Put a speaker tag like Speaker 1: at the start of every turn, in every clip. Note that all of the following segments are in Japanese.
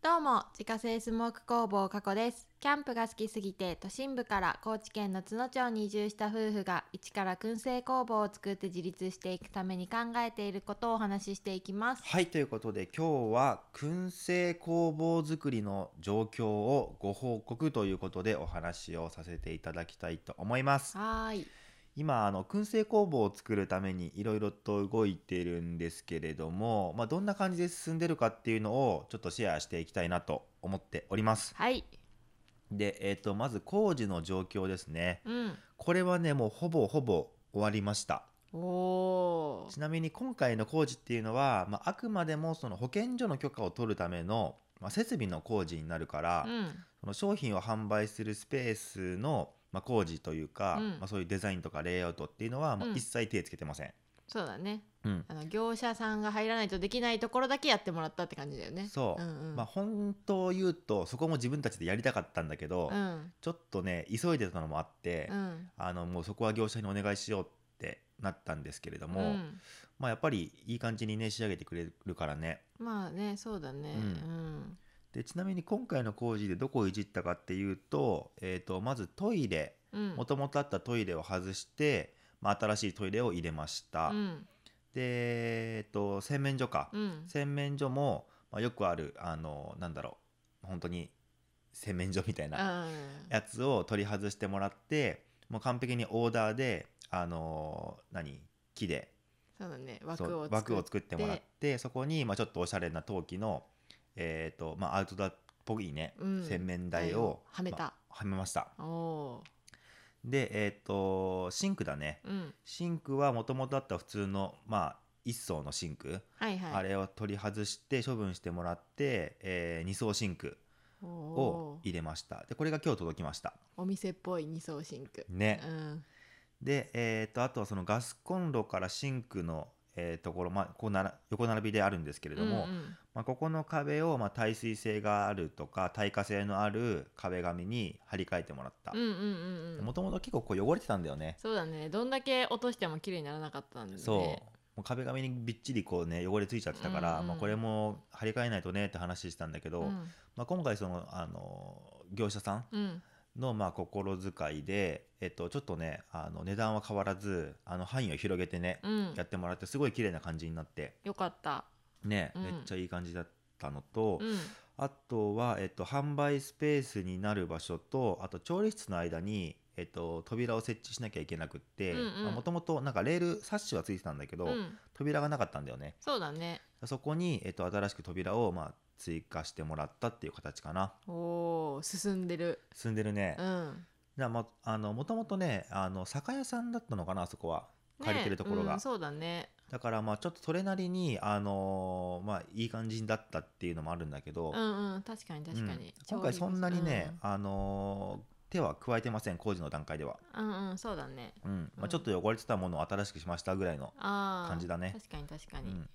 Speaker 1: どうも自家製スモーク工房加古ですキャンプが好きすぎて都心部から高知県の津野町に移住した夫婦が一から燻製工房を作って自立していくために考えていることをお話ししていきます
Speaker 2: はいということで今日は燻製工房作りの状況をご報告ということでお話をさせていただきたいと思います
Speaker 1: はーい
Speaker 2: 今あの燻製工房を作るためにいろいろと動いてるんですけれども、まあ、どんな感じで進んでるかっていうのをちょっとシェアしていきたいなと思っております
Speaker 1: はい
Speaker 2: で、えー、とまず工事の状況ですね
Speaker 1: うん
Speaker 2: これはねもうほぼほぼ終わりました
Speaker 1: おー
Speaker 2: ちなみに今回の工事っていうのは、まあ、あくまでもその保健所の許可を取るための、まあ、設備の工事になるから、
Speaker 1: うん
Speaker 2: その商品を販売するスペースの、まあ、工事というか、
Speaker 1: うん
Speaker 2: まあ、そういうデザインとかレイアウトっていうのは、まあ
Speaker 1: うん
Speaker 2: 一切手つけてません、
Speaker 1: そうだね
Speaker 2: うん
Speaker 1: あの業者さんが入らないとできないところだけやってもらったって感じだよね
Speaker 2: そう
Speaker 1: うんうん
Speaker 2: まあ、本当を言うとそこも自分たちでやりたかったんだけど、
Speaker 1: うん
Speaker 2: ちょっとね急いでたのもあって、
Speaker 1: うん
Speaker 2: あのもうそこは業者にお願いしようってなったんですけれども、
Speaker 1: うん
Speaker 2: まあ、やっぱりいい感じにね仕上げてくれるからね、
Speaker 1: まあねそうだね
Speaker 2: うんでちなみに今回の工事でどこをいじったかっていうと,、えー、とまずトイレ
Speaker 1: うんうん
Speaker 2: もともとあったトイレを外して、まあ、新しいトイレを入れました、
Speaker 1: うん
Speaker 2: で、えー、と洗面所か、
Speaker 1: うん
Speaker 2: 洗面所も、まあ、よくあるあのなんだろう本当に洗面所みたいな
Speaker 1: う
Speaker 2: やつを取り外してもらってもう完璧にオーダーであの何木で
Speaker 1: ん、そうだね
Speaker 2: そ
Speaker 1: 枠
Speaker 2: う
Speaker 1: を
Speaker 2: 枠を
Speaker 1: 作
Speaker 2: 作ってもらってそこに、まあ、ちょっとおしゃれな陶器の、えーとまあ、アウトドアっぽいね、
Speaker 1: うん
Speaker 2: 洗面台を
Speaker 1: はめた、
Speaker 2: まあはめました
Speaker 1: おお
Speaker 2: でえっ、とシンクだね
Speaker 1: ーうん
Speaker 2: シンクはもともとあった普通のまあ1層のシンク、
Speaker 1: はいはい
Speaker 2: あれを取り外して処分してもらって、え2層シンク
Speaker 1: お
Speaker 2: を
Speaker 1: おー
Speaker 2: 入れましたでこれが今日届きました
Speaker 1: お店っぽい二層シンク、
Speaker 2: ね
Speaker 1: うん
Speaker 2: でえっ、とあとはそのガスコンロからシンクの、えーところ、まあ、こうなら横並びであるんですけれども、
Speaker 1: うんうん
Speaker 2: まあ、ここの壁を、まあ、耐水性があるとか耐火性のある壁紙に張り替えてもらった
Speaker 1: うんうんうんう
Speaker 2: も
Speaker 1: ん
Speaker 2: ともと結構こう汚れてたんだよね
Speaker 1: そうだねどんだけ落としても綺麗にならなかったんで、ね、
Speaker 2: そうもう壁紙にびっちりこうね汚れついちゃってたから、
Speaker 1: うんうん
Speaker 2: まあ、これも張り替えないとねって話してたんだけど、
Speaker 1: うん
Speaker 2: まあ、今回その、あの業者さん
Speaker 1: うん
Speaker 2: のまあ心遣いで、えっと、ちょっとねあの値段は変わらずあの範囲を広げてね、
Speaker 1: うん
Speaker 2: やってもらってすごい綺麗な感じになって
Speaker 1: よかった
Speaker 2: ね、
Speaker 1: うん
Speaker 2: めっちゃいい感じだったのと、
Speaker 1: うん
Speaker 2: あとは、えっと、販売スペースになる場所とあと調理室の間に、えっと、扉を設置しなきゃいけなくって
Speaker 1: うんうん
Speaker 2: もともとなんかレールサッシはついてたんだけど、
Speaker 1: うん
Speaker 2: 扉がなかったんだよね
Speaker 1: そうだね
Speaker 2: そこに、えっと、新しく扉を、まあ、追加してもらったっていう形かな
Speaker 1: おお進んでる
Speaker 2: 進んでるね
Speaker 1: うん
Speaker 2: なまあのもともとねあの酒屋さんだったのかなあそこは借りてるところ
Speaker 1: ね
Speaker 2: が、
Speaker 1: うんそうだね
Speaker 2: だからまあちょっとそれなりにあのーまあいい感じだったっていうのもあるんだけど、
Speaker 1: うんうん確かに確かに、
Speaker 2: うん今回そんなにね、
Speaker 1: うん
Speaker 2: あのー手は加えてません工事の段階では、
Speaker 1: うんうんそうだね
Speaker 2: うんま
Speaker 1: う
Speaker 2: あ、
Speaker 1: ん
Speaker 2: ちょっと汚れてたものを新しくしましたぐらいの、
Speaker 1: あー
Speaker 2: 感じだね
Speaker 1: 確かに確か
Speaker 2: う
Speaker 1: に
Speaker 2: ん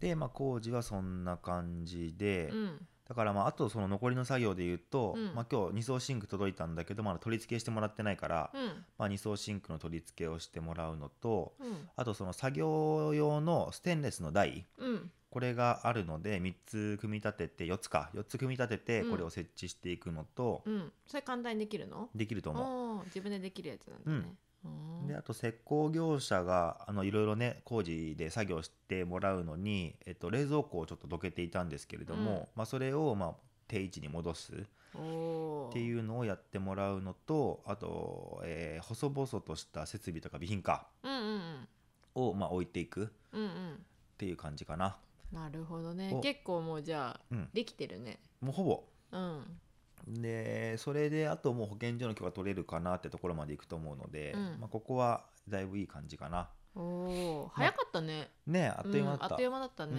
Speaker 2: で、まあ、工事はそんな感じで、
Speaker 1: うん
Speaker 2: だからまああとその残りの作業で言うと、
Speaker 1: うん
Speaker 2: まあ、今日2層シンク届いたんだけどまだ取り付けしてもらってないから、
Speaker 1: うん
Speaker 2: まあ、2層シンクの取り付けをしてもらうのと
Speaker 1: うん
Speaker 2: あとその作業用のステンレスの台
Speaker 1: うん
Speaker 2: これがあるので3つ組み立てて4つか4つ組み立てて
Speaker 1: うん
Speaker 2: これを設置していくのと、
Speaker 1: うんそれ簡単にできるの
Speaker 2: できると思う。
Speaker 1: おー自分でできるやつなんだね、うん
Speaker 2: であと施工業者があのいろいろね工事で作業してもらうのに、えっと、冷蔵庫をちょっとどけていたんですけれども、
Speaker 1: うん
Speaker 2: まあ、それをまあ定位置に戻すっ
Speaker 1: お
Speaker 2: て
Speaker 1: う
Speaker 2: いうのをやってもらうのとあと、えー細々とした設備とか備品か
Speaker 1: うんうん
Speaker 2: をまあ置いていくっ
Speaker 1: うんうんうん
Speaker 2: ていう感じかな
Speaker 1: なるほどね
Speaker 2: お
Speaker 1: 結構もうじゃあ、
Speaker 2: うん
Speaker 1: できてるね
Speaker 2: もうほぼ
Speaker 1: うん
Speaker 2: でそれであともう保健所の許可取れるかなってところまでいくと思うので、
Speaker 1: うん
Speaker 2: まあ、ここはだいぶいい感じかな
Speaker 1: おお早かったね、
Speaker 2: ねあっという間だ
Speaker 1: ん
Speaker 2: った、
Speaker 1: あっという間だったね、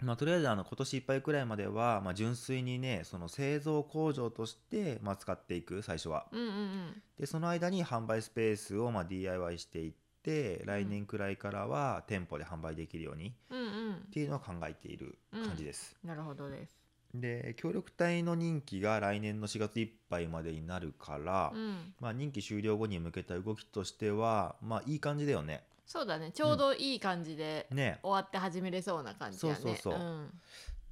Speaker 2: まあ、とりあえずあの今年いっぱいくらいまでは、まあ、純粋にねその製造工場として、まあ、使っていく最初は
Speaker 1: うん、うんうん
Speaker 2: でその間に販売スペースを、まあ、DIY していって来年くらいからは店舗で販売できるように
Speaker 1: うんうんうん
Speaker 2: っていうのを考えている感じです、
Speaker 1: なるほどです
Speaker 2: で協力隊の任期が来年の4月いっぱいまでになるから、
Speaker 1: うん
Speaker 2: まあ、任期終了後に向けた動きとしてはまあいい感じだよね
Speaker 1: そうだねちょうどいい感じで
Speaker 2: ね
Speaker 1: 終わって始めれそうな感じだね
Speaker 2: そうそうそう
Speaker 1: うん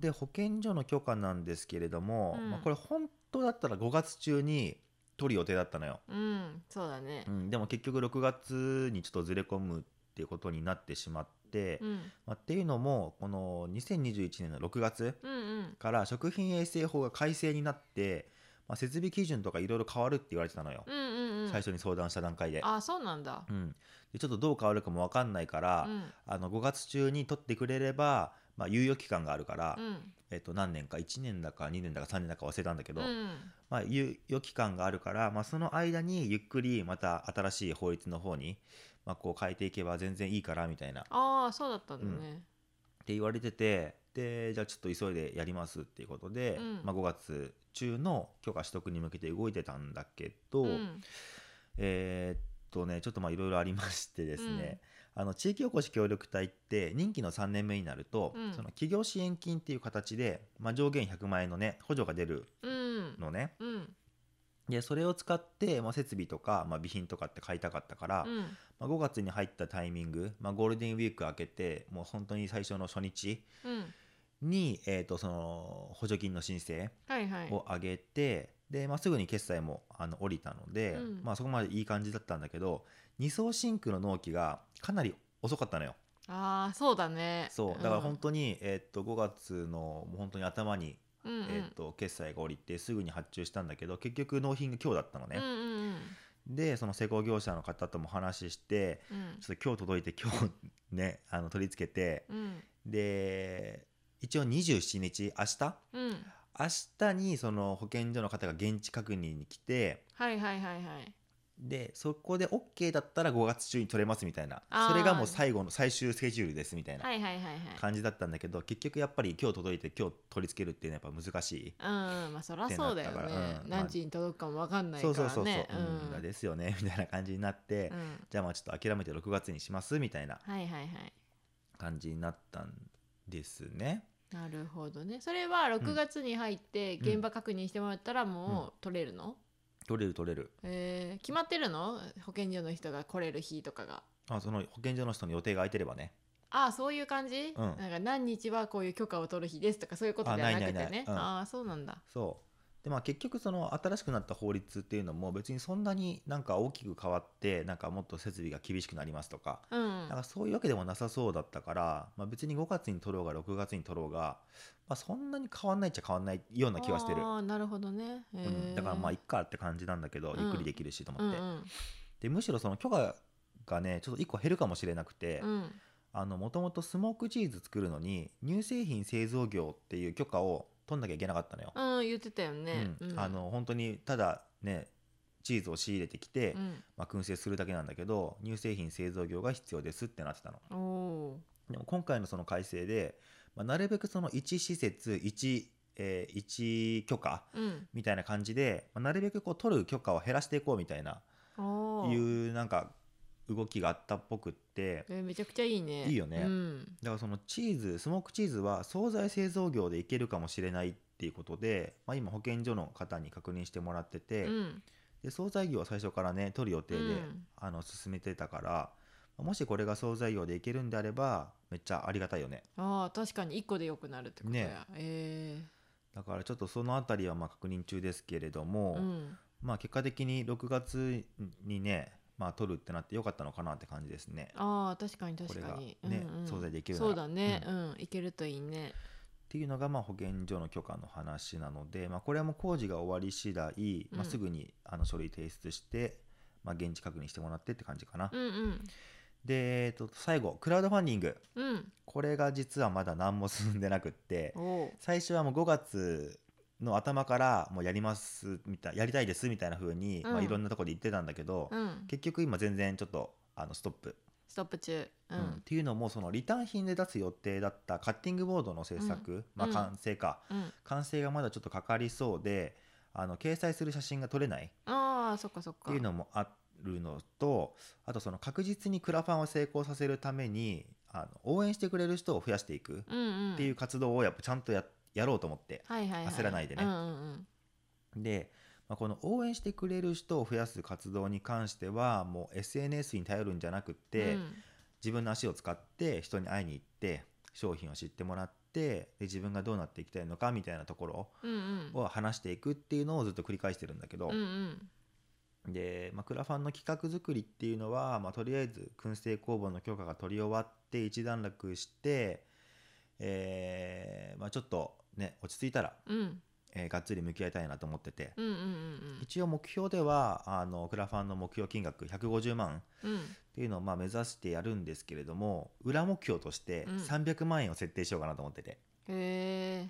Speaker 2: で保健所の許可なんですけれども、
Speaker 1: うん
Speaker 2: まあ、これ本当だったら5月中に取る予定だったのよ、
Speaker 1: うんそうだね
Speaker 2: うん、でも結局6月にちょっとずれ込むっていうことになってしまって、
Speaker 1: うん
Speaker 2: まあ、っていうのもこの2021年の6月
Speaker 1: うんうん
Speaker 2: から食品衛生法が改正になって、まあ、設備基準とかいろいろ変わるって言われてたのよ、
Speaker 1: うんうんうん
Speaker 2: 最初に相談した段階で,、
Speaker 1: あそうなんだ
Speaker 2: うん、でちょっとどう変わるかも分かんないか
Speaker 1: う
Speaker 2: ら、
Speaker 1: ん
Speaker 2: あの5月中に取ってくれれば、まあ、猶予期間があるから、
Speaker 1: うん
Speaker 2: えっと、何年か1年だか2年だか3年だか忘れたんだけど、
Speaker 1: うん
Speaker 2: まあ、猶予期間があるから、まあ、その間にゆっくりまた新しい法律の方に、まあ、こう変えていけば全然いいからみたいなっ
Speaker 1: ああそうだったんだね
Speaker 2: て言われててでじゃあちょっと急いでやりますっていうことで、
Speaker 1: うん
Speaker 2: まあ、5月中の許可取得に向けて動いてたんだけど、
Speaker 1: うん
Speaker 2: えーっとねちょっとまあいろいろありましてですね、あの地域おこし協力隊って任期の3年目になると、
Speaker 1: うん
Speaker 2: その企業支援金っていう形で、まあ、上限100万円のね補助が出る
Speaker 1: うん
Speaker 2: のね
Speaker 1: うん
Speaker 2: でそれを使って、まあ、設備とか、まあ、備品とかって買いたかったから、
Speaker 1: うん
Speaker 2: まあ、5月に入ったタイミング、まあ、ゴールデンウィーク明けてもう本当に最初の初日
Speaker 1: うん
Speaker 2: に、えー、とその補助金の申請
Speaker 1: はいはい
Speaker 2: を上げてで、まあ、すぐに決済もあの降りたので、
Speaker 1: うん
Speaker 2: まあ、そこまでいい感じだったんだけど二層シンクの納期がかなり遅かったのよ
Speaker 1: ああそうだね
Speaker 2: そうだから本
Speaker 1: 当
Speaker 2: 当に、えー、と5月のもう本当に頭に、
Speaker 1: うんうん
Speaker 2: えー、と決済が降りてすぐに発注したんだけど結局納品が今日だったのね、
Speaker 1: うんうん
Speaker 2: でその施工業者の方とも話して
Speaker 1: うんうん
Speaker 2: ちょっと今日届いて今日 ねあの取り付けて
Speaker 1: うん
Speaker 2: で一応27日明日
Speaker 1: うん
Speaker 2: 明日にその保健所の方が現地確認に来て
Speaker 1: はいはいはいはい
Speaker 2: でそこで OK だったら5月中に取れますみたいな
Speaker 1: あー
Speaker 2: それがもう最後の最終スケジュールですみたいな
Speaker 1: はいはいはいはい
Speaker 2: 感じだったんだけど結局やっぱり今日届いて今日取り付けるっていうのはやっぱ難しい。
Speaker 1: うんまあそらそうだよ
Speaker 2: ってなったから
Speaker 1: ね
Speaker 2: うん
Speaker 1: 何時に届くかもわかんないか
Speaker 2: そ
Speaker 1: ら
Speaker 2: う
Speaker 1: ね
Speaker 2: そうそうそう、
Speaker 1: うん
Speaker 2: うん、ですよねみ たいな感じになって、
Speaker 1: うん
Speaker 2: じゃあまあちょっと諦めて6月にしますみたいな
Speaker 1: はいはいはい
Speaker 2: 感じになったんですね。
Speaker 1: なるほどねそれは6月に入って
Speaker 2: うん
Speaker 1: 現場確認してもらったらもう取れるの、
Speaker 2: 取れる取れる。
Speaker 1: えー決まってるの保健所の人が来れる日とかが
Speaker 2: あその保健所の人の予定が空いてればね。
Speaker 1: ああそういう感じ、
Speaker 2: うん
Speaker 1: なんか何日はこういう許可を取る日ですとかそういうこと
Speaker 2: あ
Speaker 1: じゃなくてね
Speaker 2: ないないないうん
Speaker 1: ああそうなんだ
Speaker 2: そう。でまあ結局その新しくなった法律っていうのも別にそんなになんか大きく変わってなんかもっと設備が厳しくなりますとか。
Speaker 1: うん
Speaker 2: なんかそういうわけでもなさそうだったから、まあ、別に5月に取ろうが6月に取ろうが、まあ、そんなに変わんないっちゃ変わんないような気はしてる、
Speaker 1: ああなるほどね、え
Speaker 2: う
Speaker 1: ー
Speaker 2: ん、だからまあいっかって感じなんだけど
Speaker 1: うん
Speaker 2: ゆっくりできるしと
Speaker 1: う
Speaker 2: 思
Speaker 1: ん
Speaker 2: って、
Speaker 1: うん
Speaker 2: でむしろその許可がねちょっと1個減るかもしれなくて、
Speaker 1: うん
Speaker 2: あのもともとスモークチーズ作るのに乳製品製造業っていう許可を取んなきゃいけなかったのよ。
Speaker 1: うん言ってたよね、
Speaker 2: うん
Speaker 1: うん
Speaker 2: あの本当にただねチーズを仕入れてきて、
Speaker 1: うん
Speaker 2: まあ、燻製するだけなんだけど乳製品製造業が必要ですってなってたの。
Speaker 1: おお
Speaker 2: でも今回のその改正で、まあ、なるべくその1施設1、えー一許可
Speaker 1: ーうん
Speaker 2: みたいな感じで、まあ、なるべくこう取る許可を減らしていこうみたいな
Speaker 1: お
Speaker 2: い
Speaker 1: ー
Speaker 2: うなんか動きがあったっぽくって
Speaker 1: えーめちゃくちゃいいね
Speaker 2: いいよね
Speaker 1: うん
Speaker 2: だからそのチーズスモークチーズは惣菜製造業でいけるかもしれないっていうことで、まあ、今保健所の方に確認してもらってて、
Speaker 1: うん
Speaker 2: で惣菜業は最初からね取る予定で、
Speaker 1: うん
Speaker 2: あの進めてたからもしこれが惣菜業でいけるんであればめっちゃありがたいよね
Speaker 1: ああ確かに1個でよくなるってことや、
Speaker 2: ね
Speaker 1: え
Speaker 2: だからちょっとそのあたりはまあ確認中ですけれども、
Speaker 1: ーうん、
Speaker 2: まあ結果的に6月にね、まあ、取るってなってよかったのかなって感じですね。
Speaker 1: ああ確かに確かに
Speaker 2: これがね
Speaker 1: うんうん
Speaker 2: 惣菜できるなら
Speaker 1: そうだねうん、いけるといいね
Speaker 2: っていうのがまあ保健所の許可の話なので、まあ、これはもう工事が終わり次第、ま
Speaker 1: う
Speaker 2: あ、
Speaker 1: ん
Speaker 2: すぐにあの書類提出して、まあ、現地確認してもらってって感じかな。
Speaker 1: うんうん
Speaker 2: で、えっと、最後クラウドファンディング
Speaker 1: うん
Speaker 2: これが実はまだ何も進んでなくって
Speaker 1: おう
Speaker 2: 最初はもう5月の頭からもうやりますみたいやりたいですみたいな風に、
Speaker 1: うん
Speaker 2: まあ、いろんなところで言ってたんだけど、
Speaker 1: うん
Speaker 2: 結局今全然ちょっとあのストップ、
Speaker 1: ストップ中う
Speaker 2: うんっ
Speaker 1: ん
Speaker 2: ていうのもそのリターン品で出す予定だったカッティングボードの制作、まあ、
Speaker 1: うん
Speaker 2: 完成か、
Speaker 1: うん
Speaker 2: 完成がまだちょっとかかりそうであの掲載する写真が撮れないっ
Speaker 1: ああそっかそっか
Speaker 2: ていうのもあるのとあとその確実にクラファンを成功させるためにあの応援してくれる人を増やしていく
Speaker 1: うんうん
Speaker 2: っていう活動をやっぱちゃんとややろうと思って
Speaker 1: はいはい、はい、
Speaker 2: 焦らないでね
Speaker 1: うんうん
Speaker 2: で、まあ、この応援してくれる人を増やす活動に関してはもう SNS に頼るんじゃなくっ
Speaker 1: うん
Speaker 2: て、
Speaker 1: うん
Speaker 2: 自分の足を使って人に会いに行って商品を知ってもらっってで自分がどうなっていきたいのかみたいなところ
Speaker 1: うんうん
Speaker 2: を話していくっていうのをずっと繰り返してるんだけど、
Speaker 1: うんうん
Speaker 2: で、まあ、クラファンの企画作りっていうのは、まあ、とりあえず燻製工房の許可が取り終わって一段落して、えーまあ、ちょっとね落ち着いたら、
Speaker 1: うん
Speaker 2: えーがっつり向き合いたいなと思ってて、
Speaker 1: うんうん
Speaker 2: 一応目標ではあのクラファンの目標金額150万
Speaker 1: うんうん
Speaker 2: っていうのをまあ目指してやるんですけれども裏目標として
Speaker 1: うん
Speaker 2: 300万円を設定しようかなと思ってて。
Speaker 1: へえ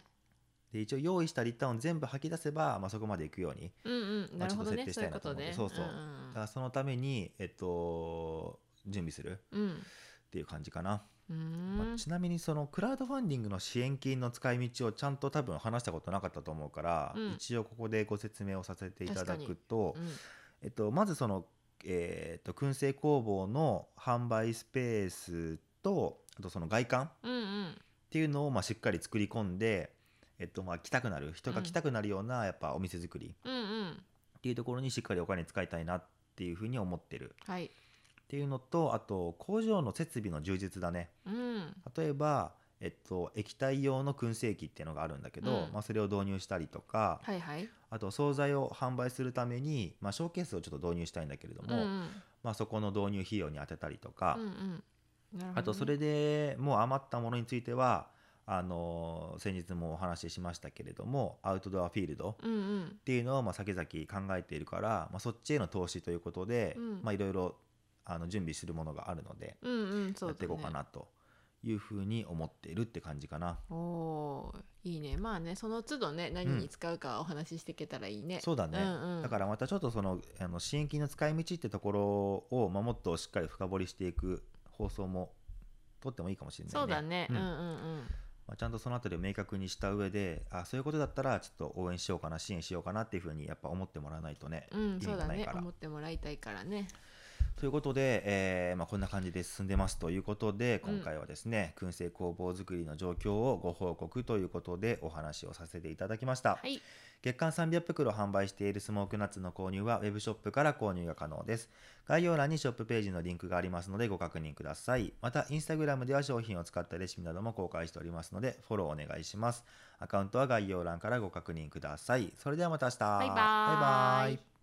Speaker 2: で一応用意したリッターを全部吐き出せば、まあ、そこまでいくように
Speaker 1: うんうん
Speaker 2: ま
Speaker 1: な
Speaker 2: あ
Speaker 1: るほどね
Speaker 2: ちょっと設定し
Speaker 1: そうい
Speaker 2: たいう
Speaker 1: こ
Speaker 2: なと
Speaker 1: と
Speaker 2: 思うんで
Speaker 1: ね
Speaker 2: そうそうんだからそのために、えっと、準備する
Speaker 1: うん
Speaker 2: っていう感じかな、
Speaker 1: うん
Speaker 2: まあちなみにそのクラウドファンディングの支援金の使い道をちゃんと多分話したことなかったと思うから、
Speaker 1: うん
Speaker 2: 一応ここでご説明をさせていただくと
Speaker 1: う、ん
Speaker 2: えっと、まずその、えーっと燻製工房の販売スペースとあとその外観っ
Speaker 1: うんうん
Speaker 2: ていうのをまあしっかり作り込んで、えっと、まあ来たくなる人が来たくなるようなやっぱお店作り
Speaker 1: うんうん
Speaker 2: っていうところにしっかりお金使いたいなっていうふうに思ってる
Speaker 1: はい
Speaker 2: っていうのとあと工場の設備の充実だね
Speaker 1: うん
Speaker 2: 例えば、えっと、液体用の燻製機っていうのがあるんだけど、
Speaker 1: うん
Speaker 2: まあ、それを導入したりとか、
Speaker 1: はいはい
Speaker 2: あと惣菜を販売するために、まあ、ショーケースをちょっと導入したいんだけれど
Speaker 1: うんう
Speaker 2: も、
Speaker 1: ん
Speaker 2: まあ、そこの導入費用に当てたりとか、
Speaker 1: うんうんなるほどね
Speaker 2: あとそれでもう余ったものについてはあのー先日もお話ししましたけれどもアウトドアフィールド
Speaker 1: うんうん
Speaker 2: っていうのをまあ先々考えているから、まあ、そっちへの投資ということで、
Speaker 1: うん
Speaker 2: まあいろいろあの準備するものがあるので、
Speaker 1: うんうんそうだね
Speaker 2: やっていこうかなというふうに思っているって感じかな。
Speaker 1: おーいいねまあねその都度ね何に使うかお話ししていけたらいいね、
Speaker 2: そうだね、
Speaker 1: うんうん
Speaker 2: だからまたちょっとそのあの支援金の使い道ってところを、まあ、もっとしっかり深掘りしていく放送も撮ってもいいかもしれないね。
Speaker 1: そうだね、うん、
Speaker 2: ん
Speaker 1: うん
Speaker 2: まあ、ちゃんとそのあたりを明確にした上であそういうことだったらちょっと応援しようかな支援しようかなっていうふうにやっぱ思ってもらわないとね。
Speaker 1: うんうん
Speaker 2: 意味
Speaker 1: そう
Speaker 2: が
Speaker 1: だ
Speaker 2: ない
Speaker 1: ね
Speaker 2: から
Speaker 1: 思ってもらいたいからね
Speaker 2: ということで、えーまあ、こんな感じで進んでますということで
Speaker 1: うん
Speaker 2: 今回はですね、燻製工房作りの状況をご報告ということでお話をさせていただきました。
Speaker 1: はい
Speaker 2: 月間300袋販売しているスモークナッツの購入はウェブショップから購入が可能です。概要欄にショップページのリンクがありますのでご確認ください。また、インスタグラムでは商品を使ったレシピなども公開しておりますので、フォローお願いします。アカウントは概要欄からご確認ください。それではまた明日。
Speaker 1: バイバーイ
Speaker 2: バイバイ